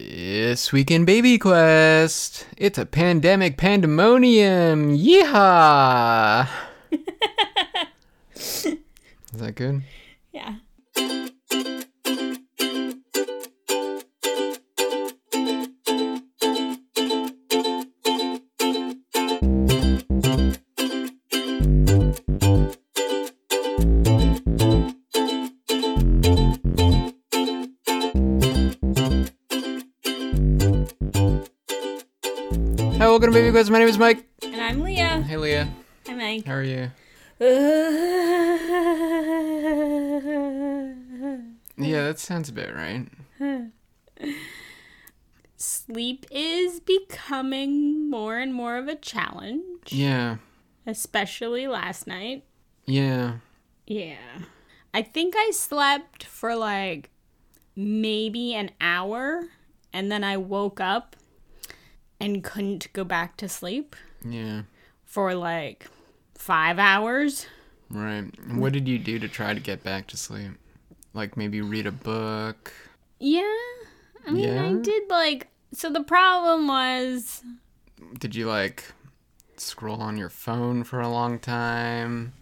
This week in Baby Quest, it's a pandemic pandemonium. Yeehaw! Is that good? Yeah. Hi, welcome to Baby Quest. My name is Mike. And I'm Leah. Hey, Leah. Hi, Mike. How are you? Yeah, that sounds about right. Sleep is becoming more and more of a challenge, Yeah. especially last night. Yeah. Yeah. I think I slept for like maybe an hour and then I woke up and couldn't go back to sleep Yeah. for like five hours. Right. And What did you do to try to get back to sleep? Like maybe read a book? Yeah. I mean, I Yeah? did like. So the problem was, Did you like scroll on your phone for a long time?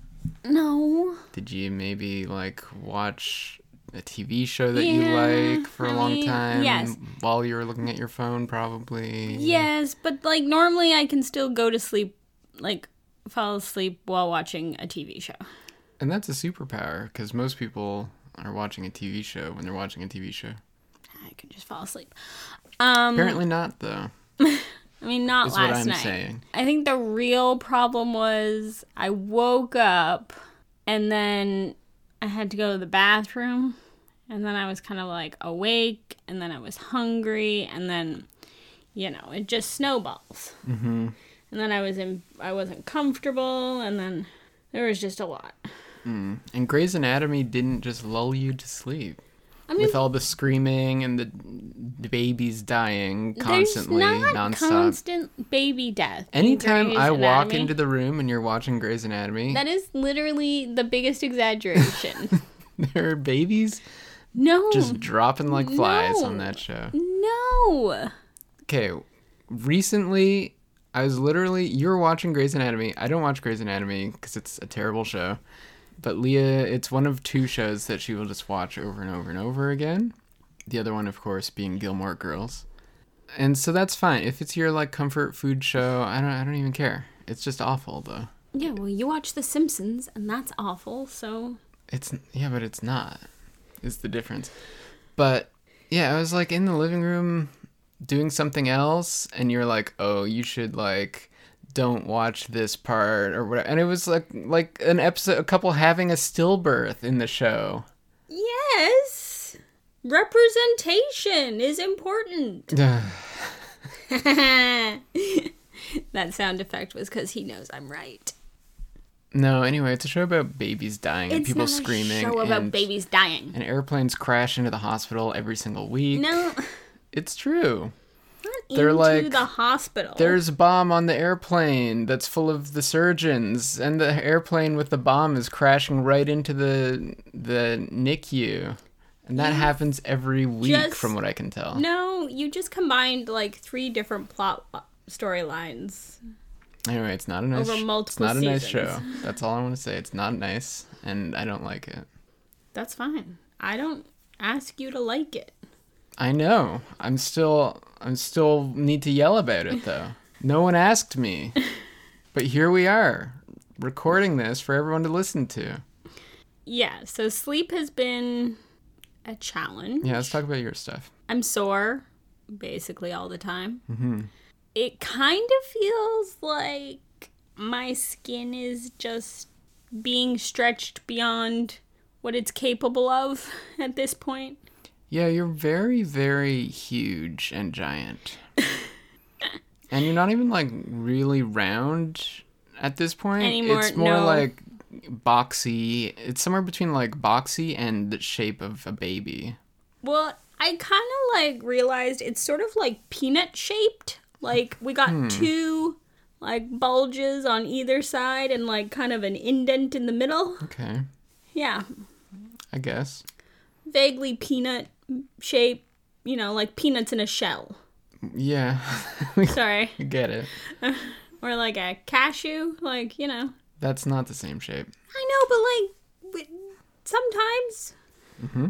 no. Did you maybe like watch a TV show that Yeah, you like for a I long mean, time yes. while you were looking at your phone probably? Yes, but like normally I can still go to sleep, like fall asleep while watching a TV show. And that's a superpower cuz most people are watching a TV show when they're watching a TV Mm. show. I can just fall asleep. Um, Apparently not though. I mean, not Is last what I'm night. saying. I think the real problem was I woke up and then I had to go to the bathroom. And then I was kind of like awake, and then I was hungry, and then, you know, it just snowballs. Mm-hmm. And then I was in, I wasn't comfortable, and then there was just a lot. And Grey's Anatomy didn't just lull you to sleep. I mean, with all the screaming and the, the babies dying constantly, there's not nonstop. constant baby death. in Anytime Grey's I walk Anatomy. into the room and you're watching Grey's Anatomy, that is literally the biggest exaggeration. there are babies no, just dropping like flies on No. that show. no. Okay, recently I was literally you were watching Grey's Anatomy. I don't watch Grey's Anatomy because it's a terrible show. But Leah, it's one of two shows that she will just watch over and over and over again. The other one, of course, being Gilmore Girls. And so that's fine. If it's your like comfort food show, I don't I don't even care. It's just awful though. Yeah, well, you watch The Simpsons, and that's awful. So It's yeah, but it's not. Is the difference. But yeah, I was like in the living room doing something else and you're like, "Oh, you should like don't watch this part or whatever." And it was like like an episode a couple having a stillbirth in the show. yes, representation is important. that sound effect was because he knows I'm right. no, anyway, it's a show about babies dying and It's people not a screaming show about and, babies dying. and airplanes crash into the hospital every single week. No, not It's true. They're into like- the hospital. There's a bomb on the airplane that's full of the surgeons, and the airplane with the bomb is crashing right into the the NICU, and that happens every week, Just- from what I can tell. No, you just combined like three different plot lo- storylines. Anyway, it's not a nice. Over sh- multiple It's not a nice seasons. show. That's all I want to say. It's not nice, and I don't like it. That's fine. I don't ask you to like it. I know. I'm still. I'm still need to yell about it though. no one asked me, but here we are, recording this for everyone to listen to. Yeah, so sleep has been a challenge. Yeah, let's talk about your stuff. I'm sore basically all the time. It kind of feels like my skin is just being stretched beyond what it's capable of at this point. Yeah, you're very, very huge and giant. and you're not even like really round at this point. Anymore, it's more no. like boxy. It's somewhere between like boxy and the shape of a baby. Well, I kind of like realized it's sort of like peanut shaped. Like we got two like bulges on either side and like kind of an indent in the middle. Okay, Yeah, I guess. vaguely peanut shaped you know, like peanuts in a shell. Yeah. we Sorry. get it. or like a cashew, like, you know. That's not the same shape. I know, but like w- sometimes. Mm-hmm.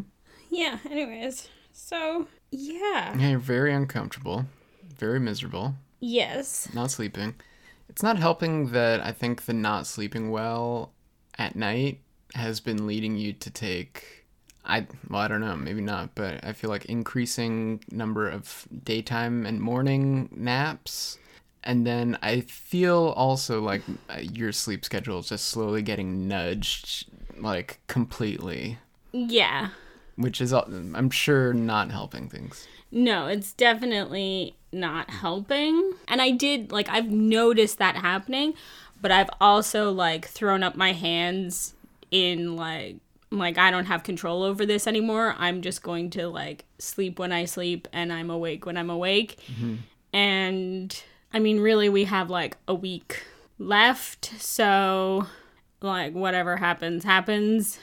Yeah, anyways. So, yeah. Yeah, you're very uncomfortable, very miserable, Yes. not sleeping. It's not helping that I think the not sleeping well at night has been leading you to take I well, I don't know, maybe not, but I feel like increasing number of daytime and morning naps. And then I feel also like uh, your sleep schedule is just slowly getting nudged like completely, Yeah. which is al- I'm sure not helping things. No, it's definitely not helping. And I did, like, I've noticed that happening, but I've also, like, thrown up my hands in, like, like I don't have control over this anymore. I'm just going to like sleep when I sleep and I'm awake when I'm awake. And I mean really we have like a week left, so like whatever happens happens.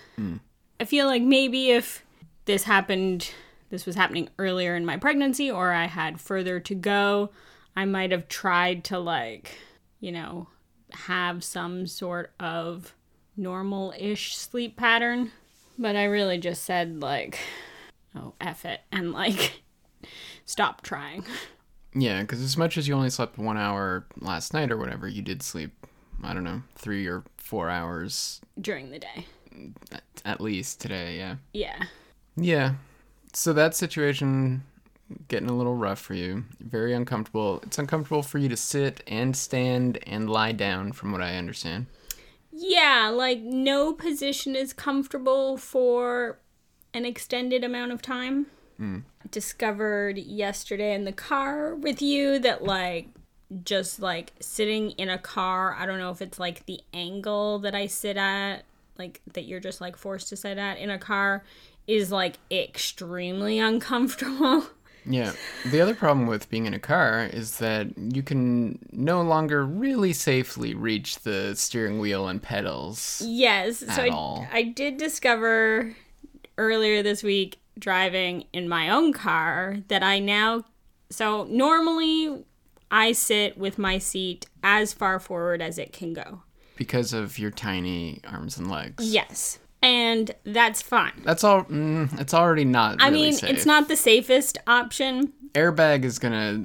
I feel like maybe if this happened, this was happening earlier in my pregnancy, or I had further to go, I might have tried to, like, you know, have some sort of normal ish sleep pattern. But I really just said, like, oh, F it, and, like, stop trying. Yeah, because as much as you only slept one hour last night or whatever, you did sleep, I don't know, three or four hours during the day. at least today, yeah. Yeah. Yeah. So that situation getting a little rough for you. Very uncomfortable. It's uncomfortable for you to sit and stand and lie down, from what I understand. Yeah, like, no position is comfortable for an extended amount of time. Discovered yesterday in the car with you that, like, just like sitting in a car, I don't know if it's like the angle that I sit at, like that you're just like forced to sit at in a car, is like extremely uncomfortable. Yeah. The other problem with being in a car is that you can no longer really safely reach the steering wheel and pedals. Yes. so I, all. I did discover earlier this week driving in my own car that I now. So normally I sit with my seat as far forward as it can go. Because of your tiny arms and legs. Yes. And that's fine. That's all. Mm, it's already not. Really I mean, safe. it's not the safest option. Airbag is gonna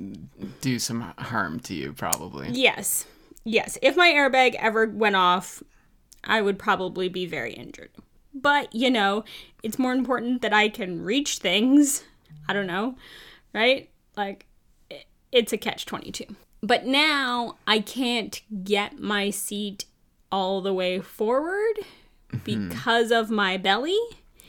do some harm to you, probably. Yes. Yes. If my airbag ever went off, I would probably be very injured. But, you know, it's more important that I can reach things. I don't know, right? Like, i- it's a catch 22. But now I can't get my seat all the way forward because of my belly.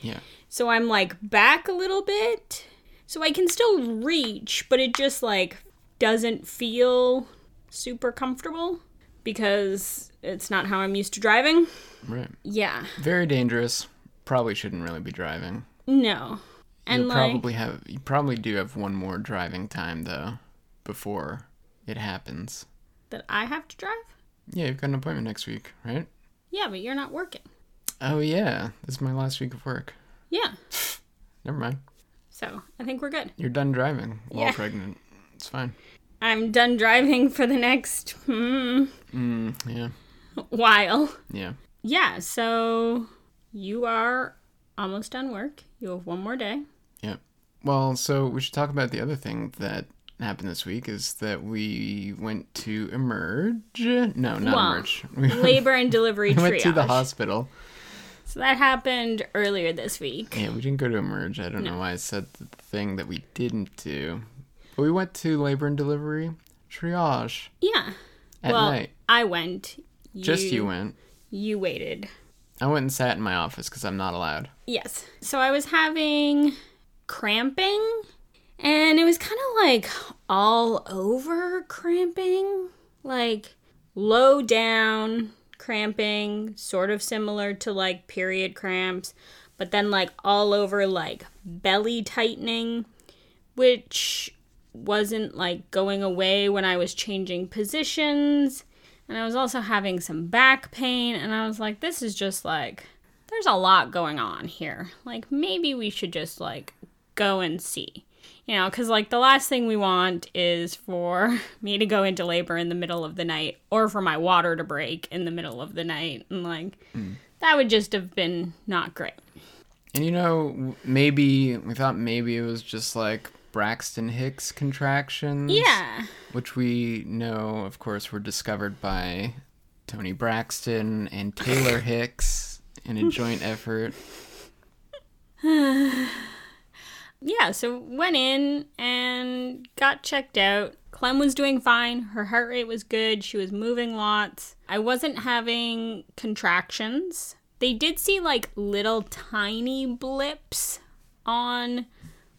Yeah. So I'm like back a little bit. So I can still reach, but it just like doesn't feel super comfortable because it's not how I'm used to driving. Right. Yeah. Very dangerous. Probably shouldn't really be driving. No. And you like probably have. You probably do have one more driving time though, before it happens. that I have to drive? Yeah, you've got an appointment next week, right? Yeah, but you're not working. Oh yeah, this is my last week of work. Yeah. Never mind. So, I think we're good. You're done driving while Yeah. pregnant. It's fine. I'm done driving for the next hmm, Mm, yeah. while. Yeah. Yeah, so you are almost done work. You have one more day. Yep. Well, so we should talk about the other thing that happened this week is that we went to emerge. No, not Well, emerge. We Labor and delivery went to the triage. hospital. So that happened earlier this week. Yeah, we didn't go to emerge. I don't know why I said the thing that we didn't do. But we went to labor and delivery triage Yeah. at well, night. I went. You, Just you went. You waited. I went and sat in my office because I'm not allowed. Yes. So I was having cramping, and it was kind of like all over cramping, like low down cramping, sort of similar to like period cramps, but then like all over like belly tightening, which wasn't like going away when I was changing positions. And I was also having some back pain, and I was like, this is just like there's a lot going on here. Like maybe we should just like go and see. You know, because like the last thing we want is for me to go into labor in the middle of the night or for my water to break in the middle of the night. And like, that would just have been not great. And you know, maybe we thought maybe it was just like Braxton Hicks contractions. Yeah. Which we know, of course, were discovered by Tony Braxton and Taylor Hicks in a joint effort. yeah, so went in and got checked out. Clem was doing fine. Her heart rate was good. She was moving lots. I wasn't having contractions. They did see like little tiny blips on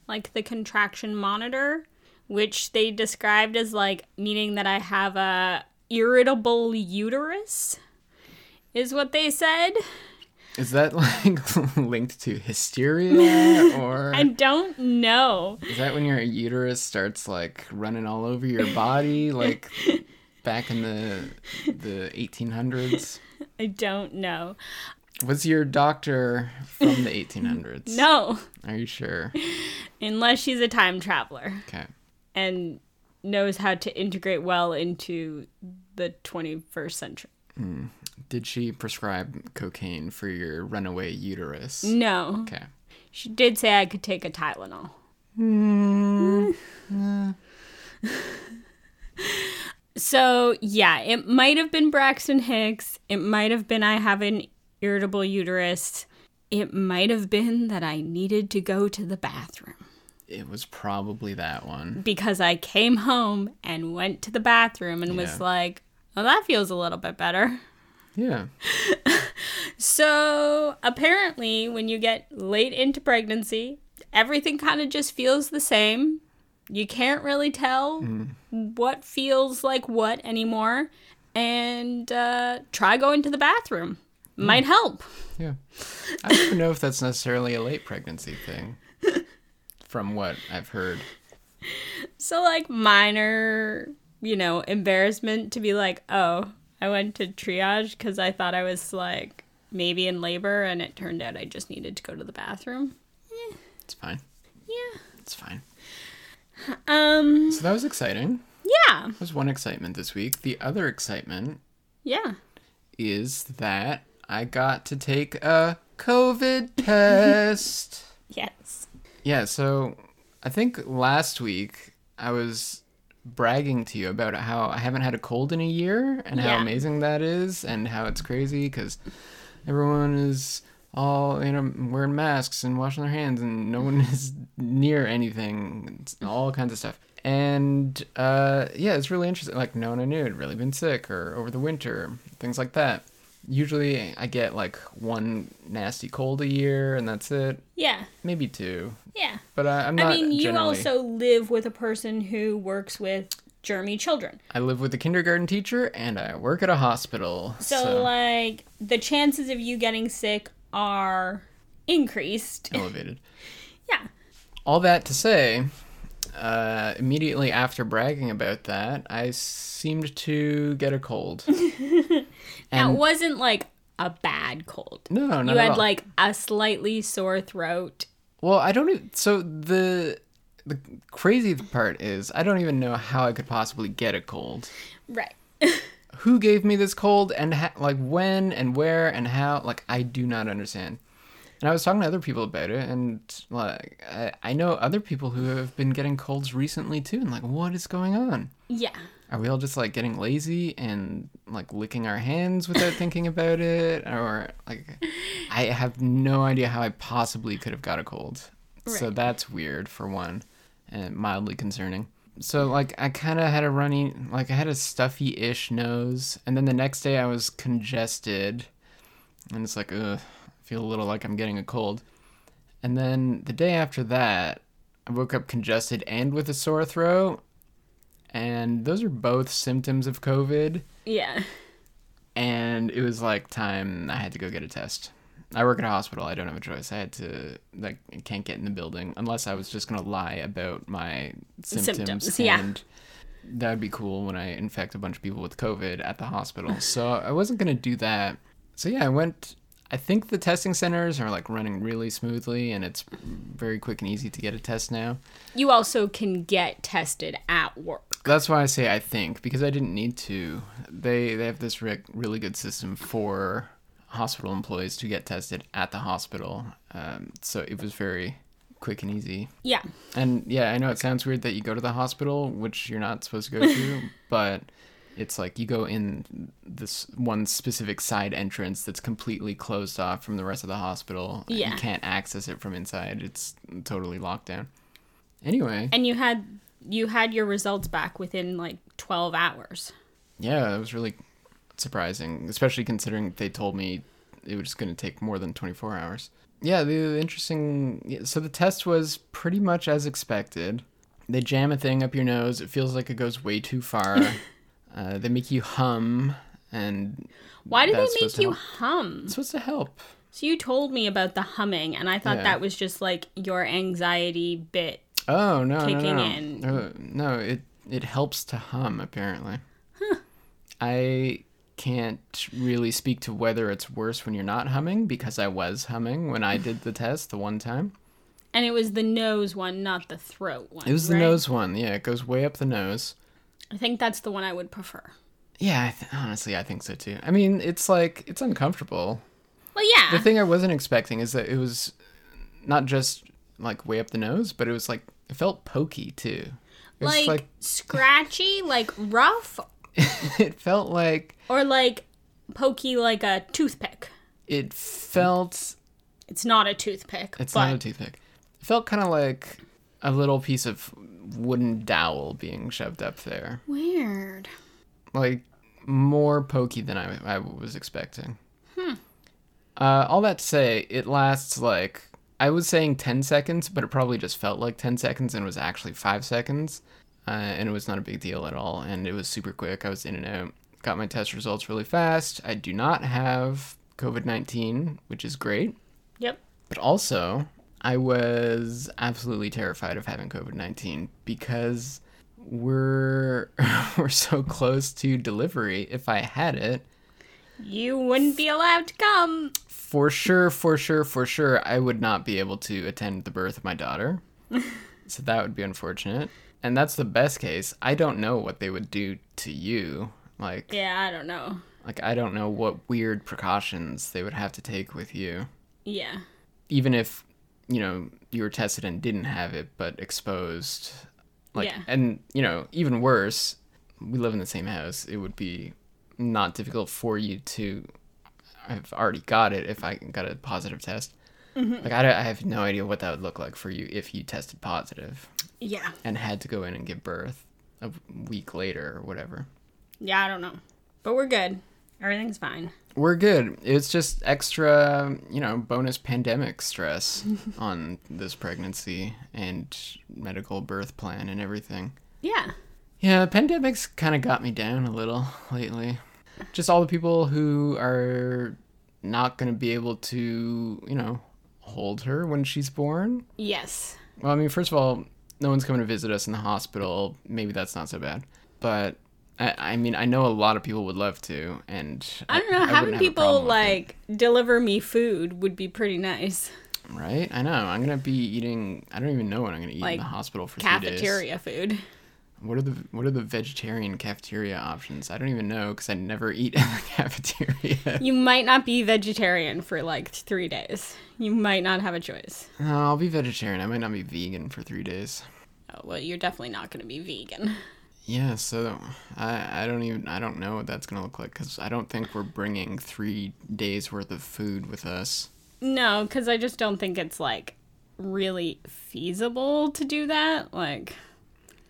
like the contraction monitor, which they described as like meaning that I have a irritable uterus is what they said. Is that like linked to hysteria or I don't know. is that when your uterus starts like running all over your body like back in the the 1800s? I don't know. Was your doctor from the 1800s? No. Are you sure? unless she's a time traveler Okay. and knows how to integrate well into the 21st century. Did she prescribe cocaine for your runaway uterus? No. Okay. She did say I could take a Tylenol. Hmm. so, yeah, it might have been Braxton Hicks. It might have been I have an irritable uterus. It might have been that I needed to go to the bathroom. It was probably that one. because I came home and went to the bathroom and was Yeah. like, oh, that feels a little bit better. Yeah. So apparently, when you get late into pregnancy, everything kind of just feels the same. You can't really tell what feels like what anymore. And uh, try going to the bathroom, might help. Yeah. I don't even know if that's necessarily a late pregnancy thing. From what I've heard. So like minor, you know, embarrassment to be like, oh, I went to triage because I thought I was like maybe in labor, and it turned out I just needed to go to the bathroom. It's fine. Yeah. It's fine. Um. So that was exciting. Yeah. That was one excitement this week. The other excitement Yeah. is that I got to take a COVID test. Yes. Yeah, so I think last week I was bragging to you about how I haven't had a cold in a year and how Yeah. amazing that is and how it's crazy because everyone is all you know wearing masks and washing their hands and no one is near anything it's all kinds of stuff and uh, yeah it's really interesting like no one i knew had really been sick or over the winter things like that usually i get like one nasty cold a year and that's it Yeah. maybe two Yeah. but I, I'm not. I mean, you generally- also live with a person who works with germy children. I live with a kindergarten teacher and I work at a hospital. So, So, uh, like the chances of you getting sick are increased. elevated. Yeah. All that to say, uh, immediately after bragging about that, I seemed to get a cold. Now, it And- wasn't like a bad cold. No, not you at had all. like a slightly sore throat. Well, I don't. Even, so the the crazy part is, I don't even know how I could possibly get a cold. Right. Who gave me this cold, and ha- like when and where and how? Like I do not understand. And I was talking to other people about it, and like I, I know other people who have been getting colds recently too, and like what is going on? Yeah. Are we all just like getting lazy and like licking our hands without thinking about it, or like I have no idea how I possibly could have got a cold. So Right. that's weird for one, and mildly concerning. So like I kind of had a runny, like I had a stuffy-ish nose, and then the next day I was congested, and it's like ugh, I feel a little like I'm getting a cold. And then the day after that, I woke up congested and with a sore throat. And those are both symptoms of COVID. Yeah. And it was like time I had to go get a test. I work at a hospital. I don't have a choice. I had to, like, I can't get in the building unless I was just going to lie about my symptoms. Symptoms, yeah. And that would be cool when I infect a bunch of people with COVID at the hospital. so I wasn't going to do that. So yeah, I went. I think the testing centers are like running really smoothly and it's very quick and easy to get a test now. You also can get tested at work. That's why I say I think because I didn't need to. They they have this re- really good system for hospital employees to get tested at the hospital. Um, so it was very quick and easy. Yeah. And yeah, I know it sounds weird that you go to the hospital, which you're not supposed to go to, but it's like you go in this one specific side entrance that's completely closed off from the rest of the hospital. and Yeah. You can't access it from inside. It's totally locked down. Anyway, And you had you had your results back within like 12 hours. yeah, it was really surprising, especially considering they told me it was going to take more than 24 hours. Yeah, the, the interesting. yeah, So the test was pretty much as expected. They jam a thing up your nose. It feels like it goes way too far. uh, they make you hum, and Why did That's they supposed make to you help. hum? it's supposed to help. So you told me about the humming and I thought Yeah. that was just like your anxiety bit. Oh no, no, Kicking no. in. Uh, no, it it helps to hum apparently. I can't really speak to whether it's worse when you're not humming because I was humming when I did the test the one time. And it was the nose one, not the throat one. It was the right? nose one. Yeah, it goes way up the nose. I think that's the one I would prefer. Yeah, I th- honestly, I think so too. I mean, it's like it's uncomfortable. Well, yeah. The thing I wasn't expecting is that it was not just like way up the nose, but it was like it felt pokey too. It was like, like scratchy, like rough, it felt like or like pokey like a toothpick. it felt It's not a toothpick. It's but not a toothpick. It felt kind of like a little piece of wooden dowel being shoved up there. weird. Like more pokey than I, I was expecting. Hmm. Uh, all that to say, it lasts like I was saying 10 seconds, but it probably just felt like 10 seconds and was actually 5 seconds. Uh, and it was not a big deal at all. And it was super quick. I was in and out. Got my test results really fast. I do not have COVID 19, which is great. Yep. But also, I was absolutely terrified of having COVID 19 because we're we're so close to delivery if I had it. You wouldn't be allowed to come. For sure, for sure, for sure I would not be able to attend the birth of my daughter. so that would be unfortunate. And that's the best case. I don't know what they would do to you. Like Yeah, I don't know. like I don't know what weird precautions they would have to take with you. Yeah. even if you know you were tested and didn't have it but exposed like Yeah. and you know even worse we live in the same house it would be not difficult for you to i've already got it if i got a positive test like I, don't- I have no idea what that would look like for you if you tested positive Yeah. and had to go in and give birth a week later or whatever Yeah, I don't know. But we're good. Everything's fine. we're good it's just extra you know bonus pandemic stress on this pregnancy and medical birth plan and everything Yeah. yeah pandemics kind of got me down a little lately just all the people who are not going to be able to you know hold her when she's born Yes. well i mean first of all no one's coming to visit us in the hospital maybe that's not so bad but I, I mean, I know a lot of people would love to, and I don't know. wouldn't having have a people problem with it. like deliver me food would be pretty nice. Right? I know. I'm gonna be eating. I don't even know what I'm gonna eat in Like, the hospital for three days. Cafeteria food. What are the What are the vegetarian cafeteria options? I don't even know because I never eat in the cafeteria. You might not be vegetarian for like three days. You might not have a choice. No, Uh, I'll be vegetarian. I might not be vegan for three days. Oh, well, you're definitely not going to be vegan. Yeah. So I I don't even I don't know what that's gonna look like because I don't think we're bringing three days worth of food with us. No, because I just don't think it's like really feasible to do that. Like,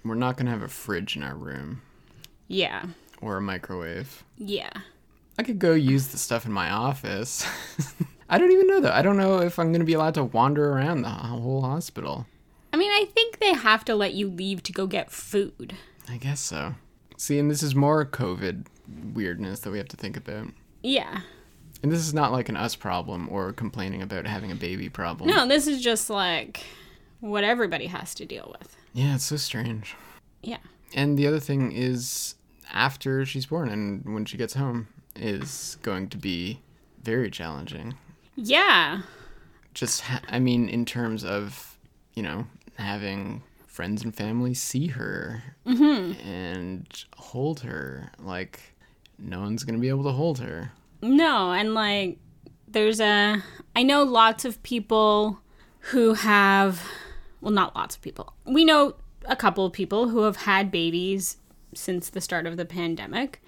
We're not gonna have a fridge in our room yeah. or a microwave. Yeah. I could go use the stuff in my office. I don't even know though. I don't know if I'm going to be allowed to wander around the ho- whole hospital. I mean, I think they have to let you leave to go get food. I guess so. See, and this is more COVID weirdness that we have to think about. Yeah. And this is not like an us problem or complaining about having a baby problem. No, this is just like what everybody has to deal with. Yeah, it's so strange. Yeah. And the other thing is after she's born and when she gets home is going to be very challenging. Yeah. Just, ha- I mean, in terms of, you know, having friends and family see her Mm-hmm. and hold her. Like, no one's going to be able to hold her. No, and like there's a I know lots of people who have well not lots of people. We know a couple of people who have had babies since the start of the pandemic.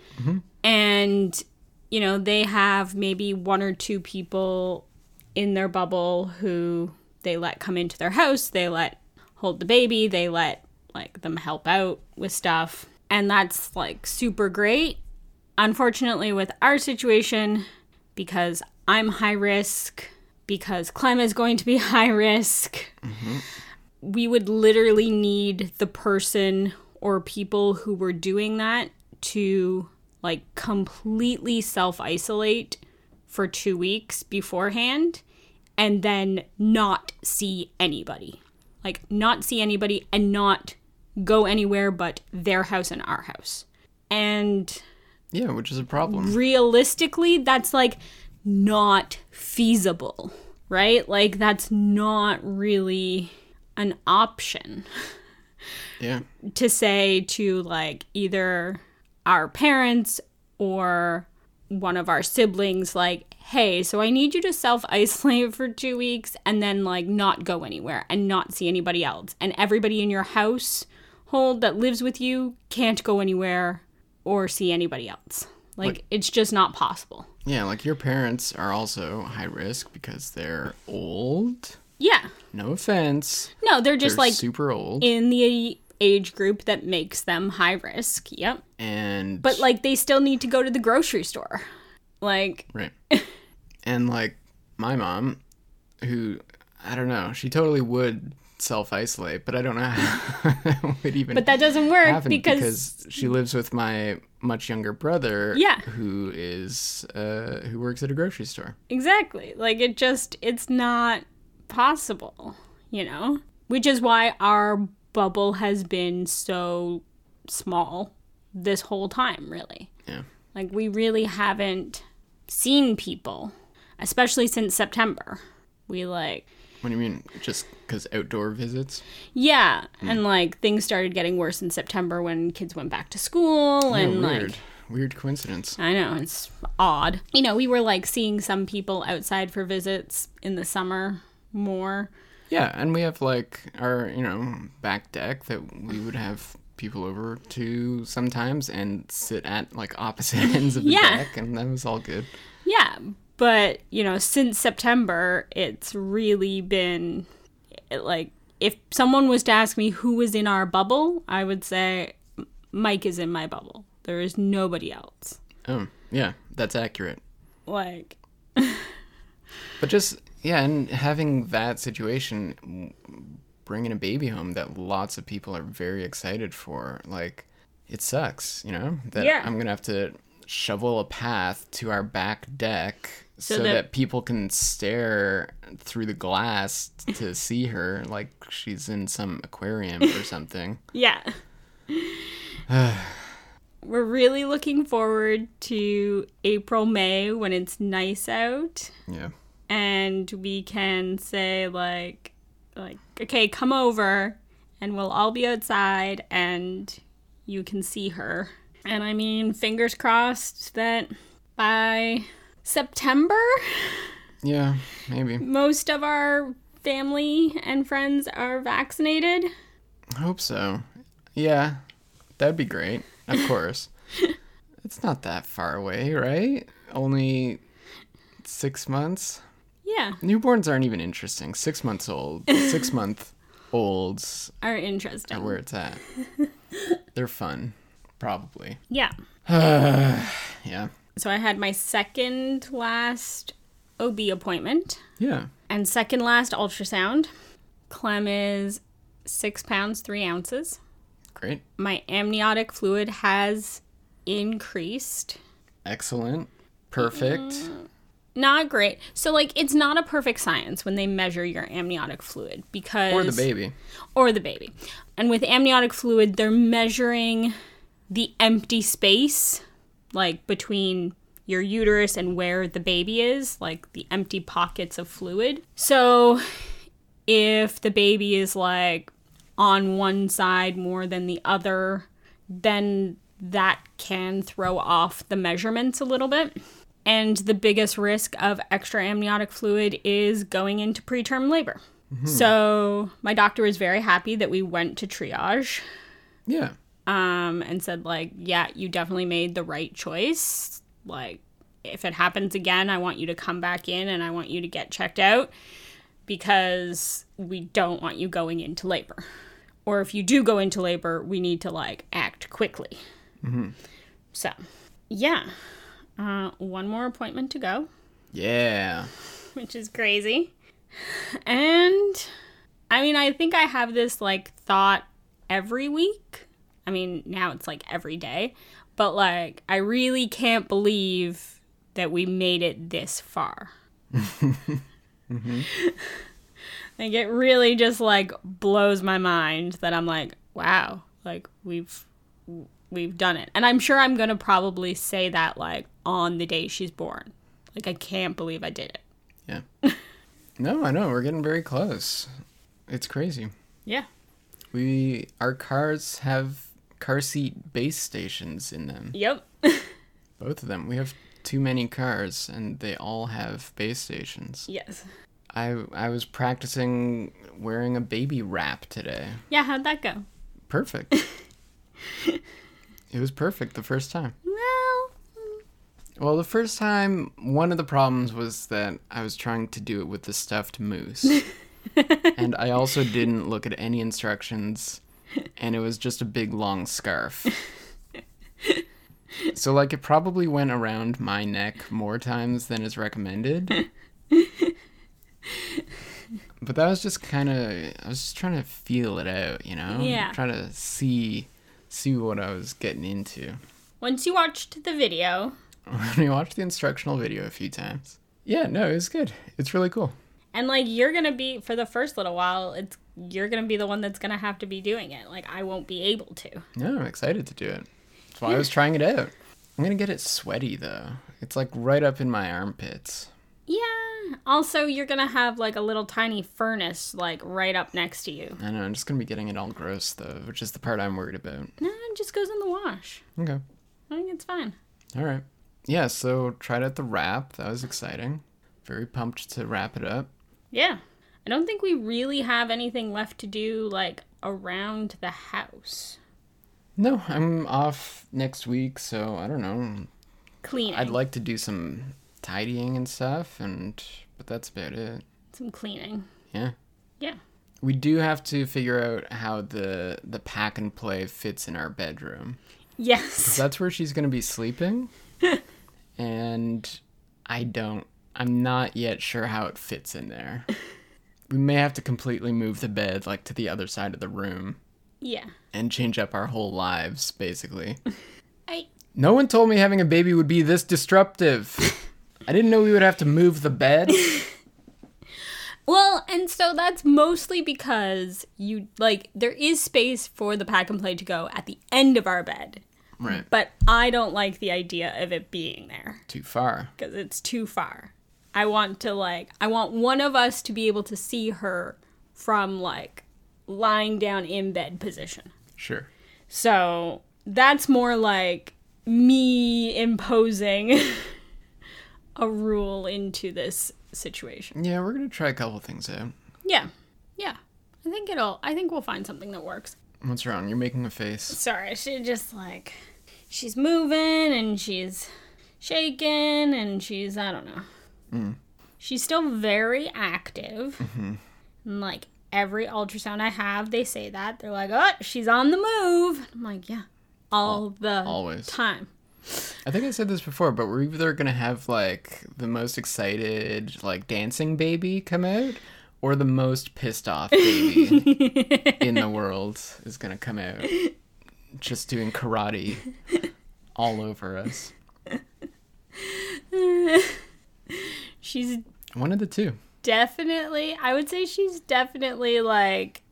And you know, they have maybe one or two people in their bubble who they let come into their house, they let hold the baby, they let like them help out with stuff. And that's like super great unfortunately with our situation because i'm high risk because clem is going to be high risk we would literally need the person or people who were doing that to like completely self-isolate for two weeks beforehand and then not see anybody like not see anybody and not go anywhere but their house and our house and Yeah, which is a problem. realistically that's like not feasible right like that's not really an option Yeah. to say to like either our parents or one of our siblings like hey so i need you to self isolate for 2 weeks and then like not go anywhere and not see anybody else and everybody in your household that lives with you can't go anywhere or see anybody else like, it's just not possible Yeah, like your parents are also high risk because they're old. yeah No offense. no they're just they're like super old. in the age group that makes them high risk yep and but like they still need to go to the grocery store like Right. and like my mom, who I don't know, she totally would self isolate, but I don't know how it would even but that doesn't work happen because, she lives with my much younger brother Yeah. who is uh who works at a grocery store. exactly like it just it's not possible you know which is why our bubble has been so small this whole time really Yeah. like we really haven't seen people especially since september we like What do you mean? Just because outdoor visits? yeah Hmm. and like things started getting worse in september when kids went back to school Yeah, and weird. like Weird coincidence. I know, it's odd. You know, we were like seeing some people outside for visits in the summer more. Yeah, and we have like our, you know, back deck that we would have people over to sometimes and sit at like opposite ends of the Yeah. deck, and that was all good. Yeah, but, you know, since September, it's really been it, like if someone was to ask me who was in our bubble, I would say "M- Mike is in my bubble. There is nobody else. Oh, yeah, that's accurate. Like, But just, yeah, and having that situation, m- bringing a baby home that lots of people are very excited for, like, it sucks, you know, that Yeah. I'm going to have to shovel a path to our back deck so, that- that... people can stare through the glass t- to see her like she's in some aquarium or something. Yeah. We're really looking forward to April, May when it's nice out. Yeah. and we can say like like okay come over and we'll all be outside and you can see her and i mean fingers crossed that by september Yeah, maybe. most of our family and friends are vaccinated I hope so. Yeah, that'd be great, of course. it's not that far away, right? Only six months. yeah Newborns aren't even interesting. Six months old, six month olds are interesting are where it's at. They're fun, probably. yeah Yeah. so i had my second last ob appointment Yeah. And second last ultrasound, Clem is six pounds, three ounces. Great. My amniotic fluid has increased. Excellent. Perfect. Not great. So, like, it's not a perfect science when they measure your amniotic fluid because. Or the baby. Or the baby. And with amniotic fluid, they're measuring the empty space, like, between your uterus and where the baby is, like the empty pockets of fluid. So if the baby is like on one side more than the other, then that can throw off the measurements a little bit. And the biggest risk of extra amniotic fluid is going into preterm labor. So my doctor was very happy that we went to triage Yeah. um, and said like, yeah, you definitely made the right choice. Like, if it happens again, I want you to come back in and I want you to get checked out because we don't want you going into labor. Or if you do go into labor, we need to like act quickly. So, yeah, uh, one more appointment to go Yeah. which is crazy. And I mean, I think I have this like thought every week. I mean, now it's like every day, but like I really can't believe that we made it this far. Like it really just like blows my mind that I'm like, wow, like we've we've done it. And I'm sure I'm going to probably say that like on the day she's born. Like I can't believe I did it. Yeah. no, I know. We're getting very close. It's crazy. Yeah. We our cars have car seat base stations in them. Yep. Both of them. We have too many cars and they all have base stations. yes. I I was practicing wearing a baby wrap today. Yeah, how'd that go? Perfect. it was perfect the first time. Well, Well, the first time, one of the problems was that I was trying to do it with the stuffed moose. and I also didn't look at any instructions, and it was just a big long scarf. so, like, it probably went around my neck more times than is recommended. But that was just kind of I was just trying to feel it out, you know? Yeah. Trying to see see what I was getting into. once you watched the video, we watched the instructional video a few times. Yeah, no, it was good. It's really cool. and like you're gonna be for the first little while, it's you're gonna be the one that's gonna have to be doing it. Like I won't be able to. No, I'm excited to do it. That's why I was trying it out. I'm gonna get it sweaty though. It's like right up in my armpits. Yeah. Also, you're gonna have like a little tiny furnace like right up next to you. I know. I'm just gonna be getting it all gross though, which is the part I'm worried about. No, it just goes in the wash. Okay. I think it's fine. All right. Yeah. So tried out the wrap. That was exciting. Very pumped to wrap it up. Yeah. I don't think we really have anything left to do like around the house. No, I'm off next week, so I don't know. Cleaning. I'd like to do some tidying and stuff, and but that's about it. some cleaning. Yeah. Yeah. We do have to figure out how the the pack and play fits in our bedroom. Yes. That's where she's going to be sleeping. and I don't I'm not yet sure how it fits in there. We may have to completely move the bed like to the other side of the room yeah. and change up our whole lives basically. I No one told me having a baby would be this disruptive. I didn't know we would have to move the bed. Well, and so that's mostly because you like there is space for the pack and play to go at the end of our bed, right. but I don't like the idea of it being there Too far. because it's too far. I want to like I want one of us to be able to see her from like lying down in bed position. Sure. So that's more like me imposing a rule into this situation. Yeah, we're going to try a couple things out. Yeah. Yeah. I think it'll I think we'll find something that works. What's wrong? You're making a face. Sorry, she just like she's moving and she's shaking and she's I don't know. She's still very active. And like every ultrasound I have, they say that. They're like, "Oh, she's on the move." I'm like, "Yeah." All the always. time. I think I said this before, but we're either gonna have like the most excited, like dancing baby come out, or the most pissed off baby in the world is gonna come out, just doing karate all over us. She's One of the two. definitely i would say she's definitely like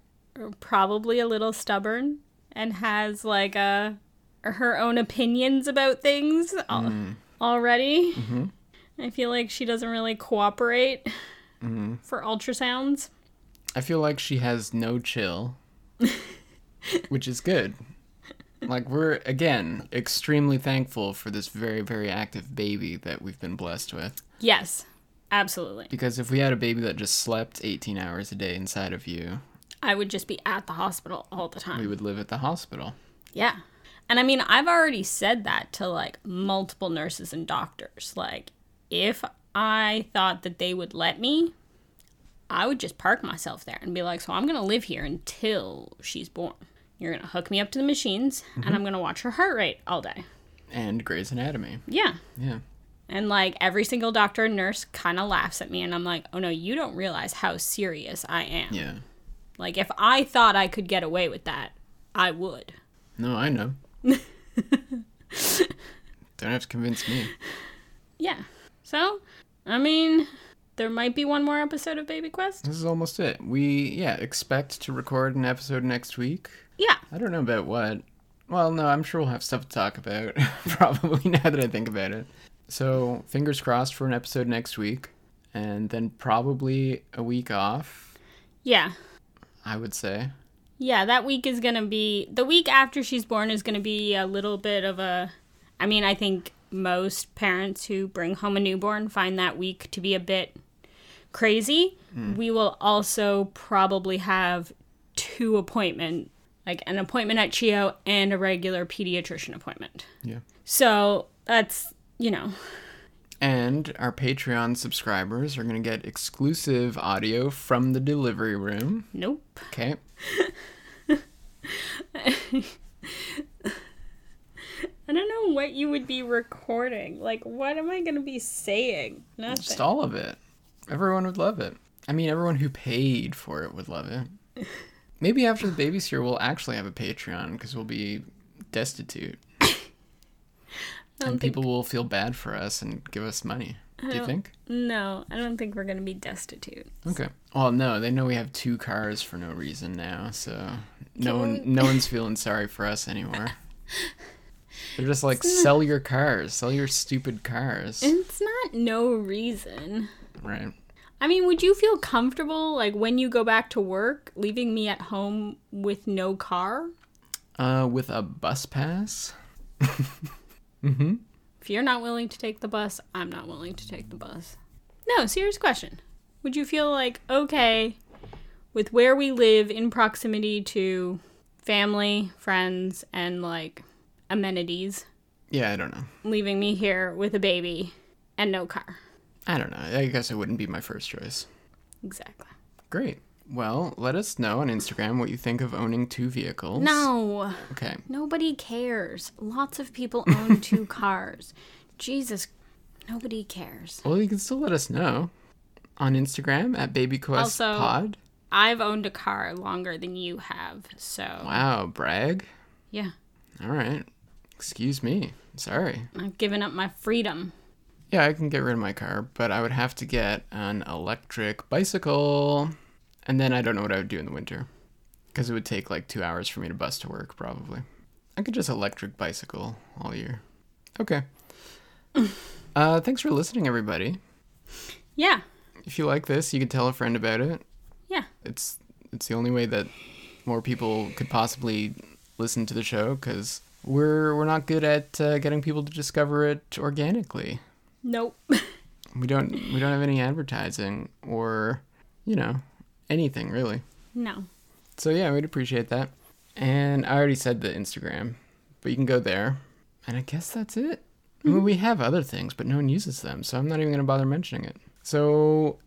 probably a little stubborn and has like a her own opinions about things I'll- already. I feel like she doesn't really cooperate for ultrasounds. I feel like she has no chill, which is good. Like, we're, again, extremely thankful for this very, very active baby that we've been blessed with. Yes, absolutely. Because if we had a baby that just slept 18 hours a day inside of you, I would just be at the hospital all the time. we would live at the hospital. Yeah. And I mean, I've already said that to like multiple nurses and doctors. Like, if I thought that they would let me, I would just park myself there and be like, so I'm going to live here until she's born. You're going to hook me up to the machines and I'm going to watch her heart rate all day. And Grey's Anatomy. Yeah. Yeah. And like every single doctor and nurse kind of laughs at me. And I'm like, oh no, you don't realize how serious I am. Yeah. Like, if I thought I could get away with that, I would. No, I know. Don't have to convince me. Yeah. So, I mean, there might be one more episode of Baby Quest. This is almost it. We, yeah, expect to record an episode next week. Yeah. I don't know about what. Well, no, I'm sure we'll have stuff to talk about, probably, now that I think about it. So, fingers crossed for an episode next week, and then probably a week off, Yeah. I would say. Yeah, that week is going to be the week after she's born is going to be a little bit of a I mean, I think most parents who bring home a newborn find that week to be a bit crazy. We will also probably have two appointment like an appointment at Chio and a regular pediatrician appointment. Yeah. So, that's, you know, And our Patreon subscribers are going to get exclusive audio from the delivery room. nope. Okay. I don't know what you would be recording. Like, what am I going to be saying? Nothing. Just all of it. Everyone would love it. I mean, everyone who paid for it would love it. Maybe after the baby's here, we'll actually have a Patreon because we'll be destitute. I and don't think, people will feel bad for us and give us money. Do you think? no, I don't think we're going to be destitute. Okay. Well, no, they know we have two cars for no reason now, so no one, no one's feeling sorry for us anymore. They're just like, sell your cars, sell your stupid cars, It's not no reason. right? I mean, would you feel comfortable, like, when you go back to work, leaving me at home with no car? Uh, with a bus pass. If you're not willing to take the bus, I'm not willing to take the bus. No, serious question. Would you feel like okay with where we live in proximity to family, friends, and like amenities, Yeah, I don't know. leaving me here with a baby and no car? I don't know. I guess it wouldn't be my first choice. Exactly. Great. Well, let us know on Instagram what you think of owning two vehicles. No, Okay. nobody cares. Lots of people own two cars. Jesus, nobody cares. Well, you can still let us know on Instagram at BabyQuestPod. Also- I've owned a car longer than you have, so Wow, brag. yeah, All right. Excuse me. Sorry. I've given up my freedom. Yeah, I can get rid of my car, but I would have to get an electric bicycle. And then I don't know what I would do in the winter. Because it would take like two hours for me to bus to work, probably. I could just electric bicycle all year. Okay. uh, thanks for listening, everybody. Yeah. If you like this, you can tell a friend about it. Yeah. It's it's the only way that more people could possibly listen to the show because we're we're not good at uh, getting people to discover it organically. Nope. We don't we don't have any advertising or you know anything really. no. So yeah, we'd appreciate that. And I already said the Instagram, but you can go there. And I guess that's it. I mean, we have other things, but no one uses them, so I'm not even gonna bother mentioning it. So,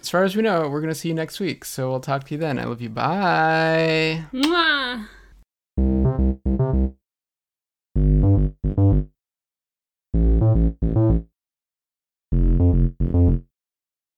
as far as we know, we're gonna see you next week. So I'll talk to you then. I love you. Bye. Mwah.